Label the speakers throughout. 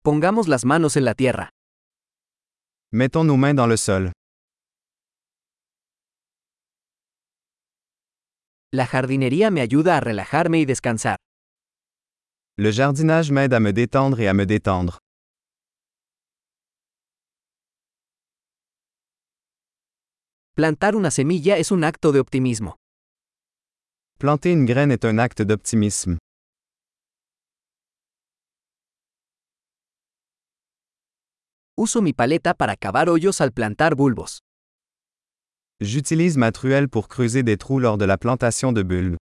Speaker 1: Pongamos las manos en la tierra.
Speaker 2: Mettons nos mains dans le sol.
Speaker 1: La jardinería me ayuda a relajarme y descansar.
Speaker 2: Le jardinage m'aide à me détendre et à me détendre.
Speaker 1: Plantar una semilla es un acto de optimismo.
Speaker 2: Planter une graine est un acte d'optimisme.
Speaker 1: Uso mi paleta para cavar hoyos al plantar bulbos.
Speaker 2: J'utilise ma truelle pour creuser des trous lors de la plantation de bulbes.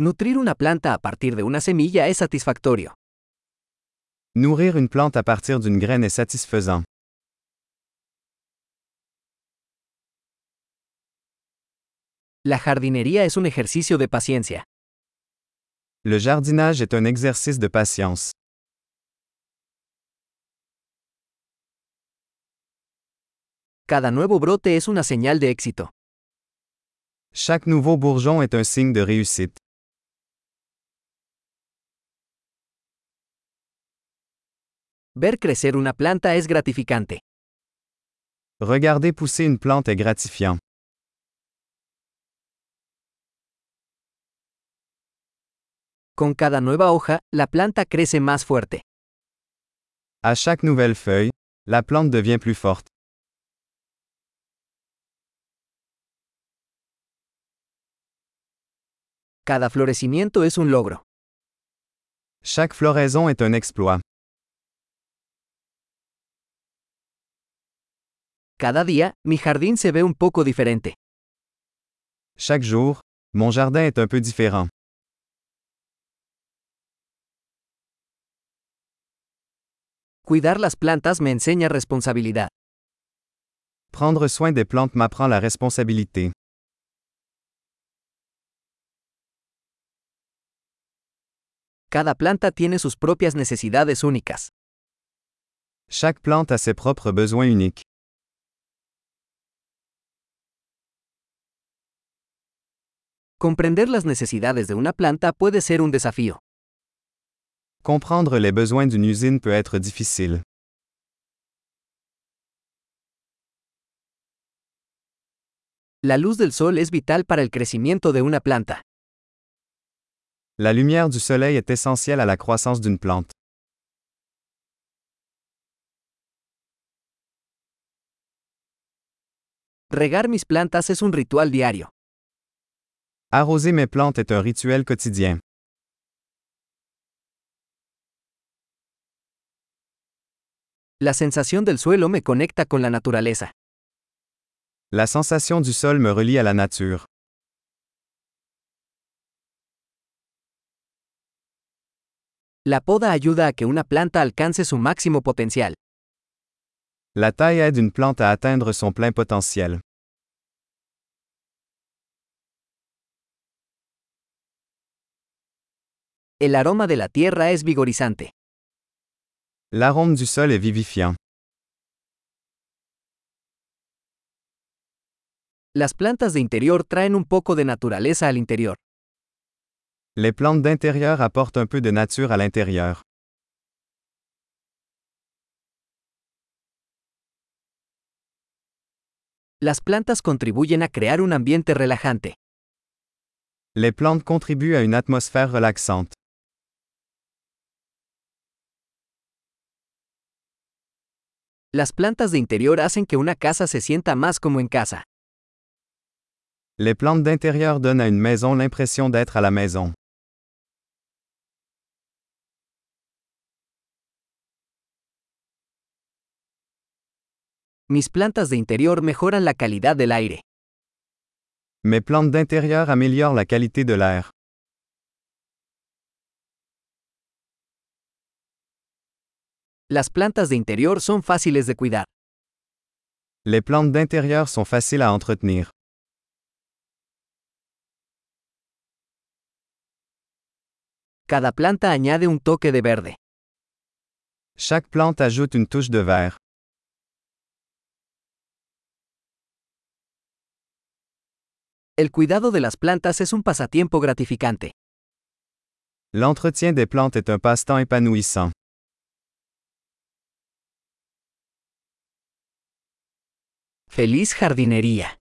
Speaker 1: Nutrir una planta a partir de una semilla es satisfactorio.
Speaker 2: Nourrir une plante à partir d'une graine est satisfaisant.
Speaker 1: La jardinería es un ejercicio de paciencia.
Speaker 2: Le jardinage est un exercice de patience.
Speaker 1: Cada nuevo brote es una señal de éxito.
Speaker 2: Chaque nouveau bourgeon est un signe de réussite.
Speaker 1: Ver crecer una planta es gratificante.
Speaker 2: Regarder pousser une plante est gratifiant.
Speaker 1: Con cada nueva hoja, la planta crece más fuerte.
Speaker 2: À chaque nouvelle feuille, la plante devient plus forte.
Speaker 1: Cada florecimiento es un logro.
Speaker 2: Chaque floraison est un exploit.
Speaker 1: Cada día, mi jardín se ve un poco diferente.
Speaker 2: Chaque jour, mon jardin est un peu différent.
Speaker 1: Cuidar las plantas me enseña responsabilidad.
Speaker 2: Prendre soin des plantes m'apprend la responsabilité.
Speaker 1: Cada planta tiene sus propias necesidades únicas.
Speaker 2: Chaque plante a ses propres besoins uniques.
Speaker 1: Comprender las necesidades de una planta puede ser un desafío.
Speaker 2: Comprendre les besoins d'une usine peut être difficile.
Speaker 1: La luz del sol es vital para el crecimiento de una planta.
Speaker 2: La lumière du soleil est essentielle à la croissance d'une plante.
Speaker 1: Regar mis plantas es un ritual diario.
Speaker 2: Arroser mes plantes est un rituel quotidien.
Speaker 1: La sensación del suelo me conecta con la naturaleza.
Speaker 2: La sensation du sol me relie à la nature.
Speaker 1: La poda ayuda a que una planta alcance su máximo potencial.
Speaker 2: La taille aide une plante à atteindre son plein potentiel.
Speaker 1: El aroma de la tierra es vigorizante.
Speaker 2: L'arôme du sol est vivifiant.
Speaker 1: Las plantas de interior traen un poco de naturaleza al interior.
Speaker 2: Les plantes d'intérieur apportent un peu de nature à l'intérieur.
Speaker 1: Las plantas contribuyen a crear un ambiente relajante.
Speaker 2: Les plantes contribuent à une atmosphère relaxante.
Speaker 1: Las plantas de interior hacen que una casa se sienta más como en casa.
Speaker 2: Les plantes d'intérieur donnent à une maison l'impression d'être à la maison.
Speaker 1: Mis plantas de interior mejoran la calidad del aire.
Speaker 2: Mes plantes d'intérieur améliorent la qualité de l'air.
Speaker 1: Las plantas de interior son fáciles de cuidar.
Speaker 2: Les plantes d'intérieur sont faciles à entretenir.
Speaker 1: Cada planta añade un toque de verde.
Speaker 2: Chaque plante ajoute une touche de vert.
Speaker 1: El cuidado de las plantas es un pasatiempo gratificante.
Speaker 2: L'entretien des plantes est un passe-temps épanouissant.
Speaker 1: Feliz jardinería.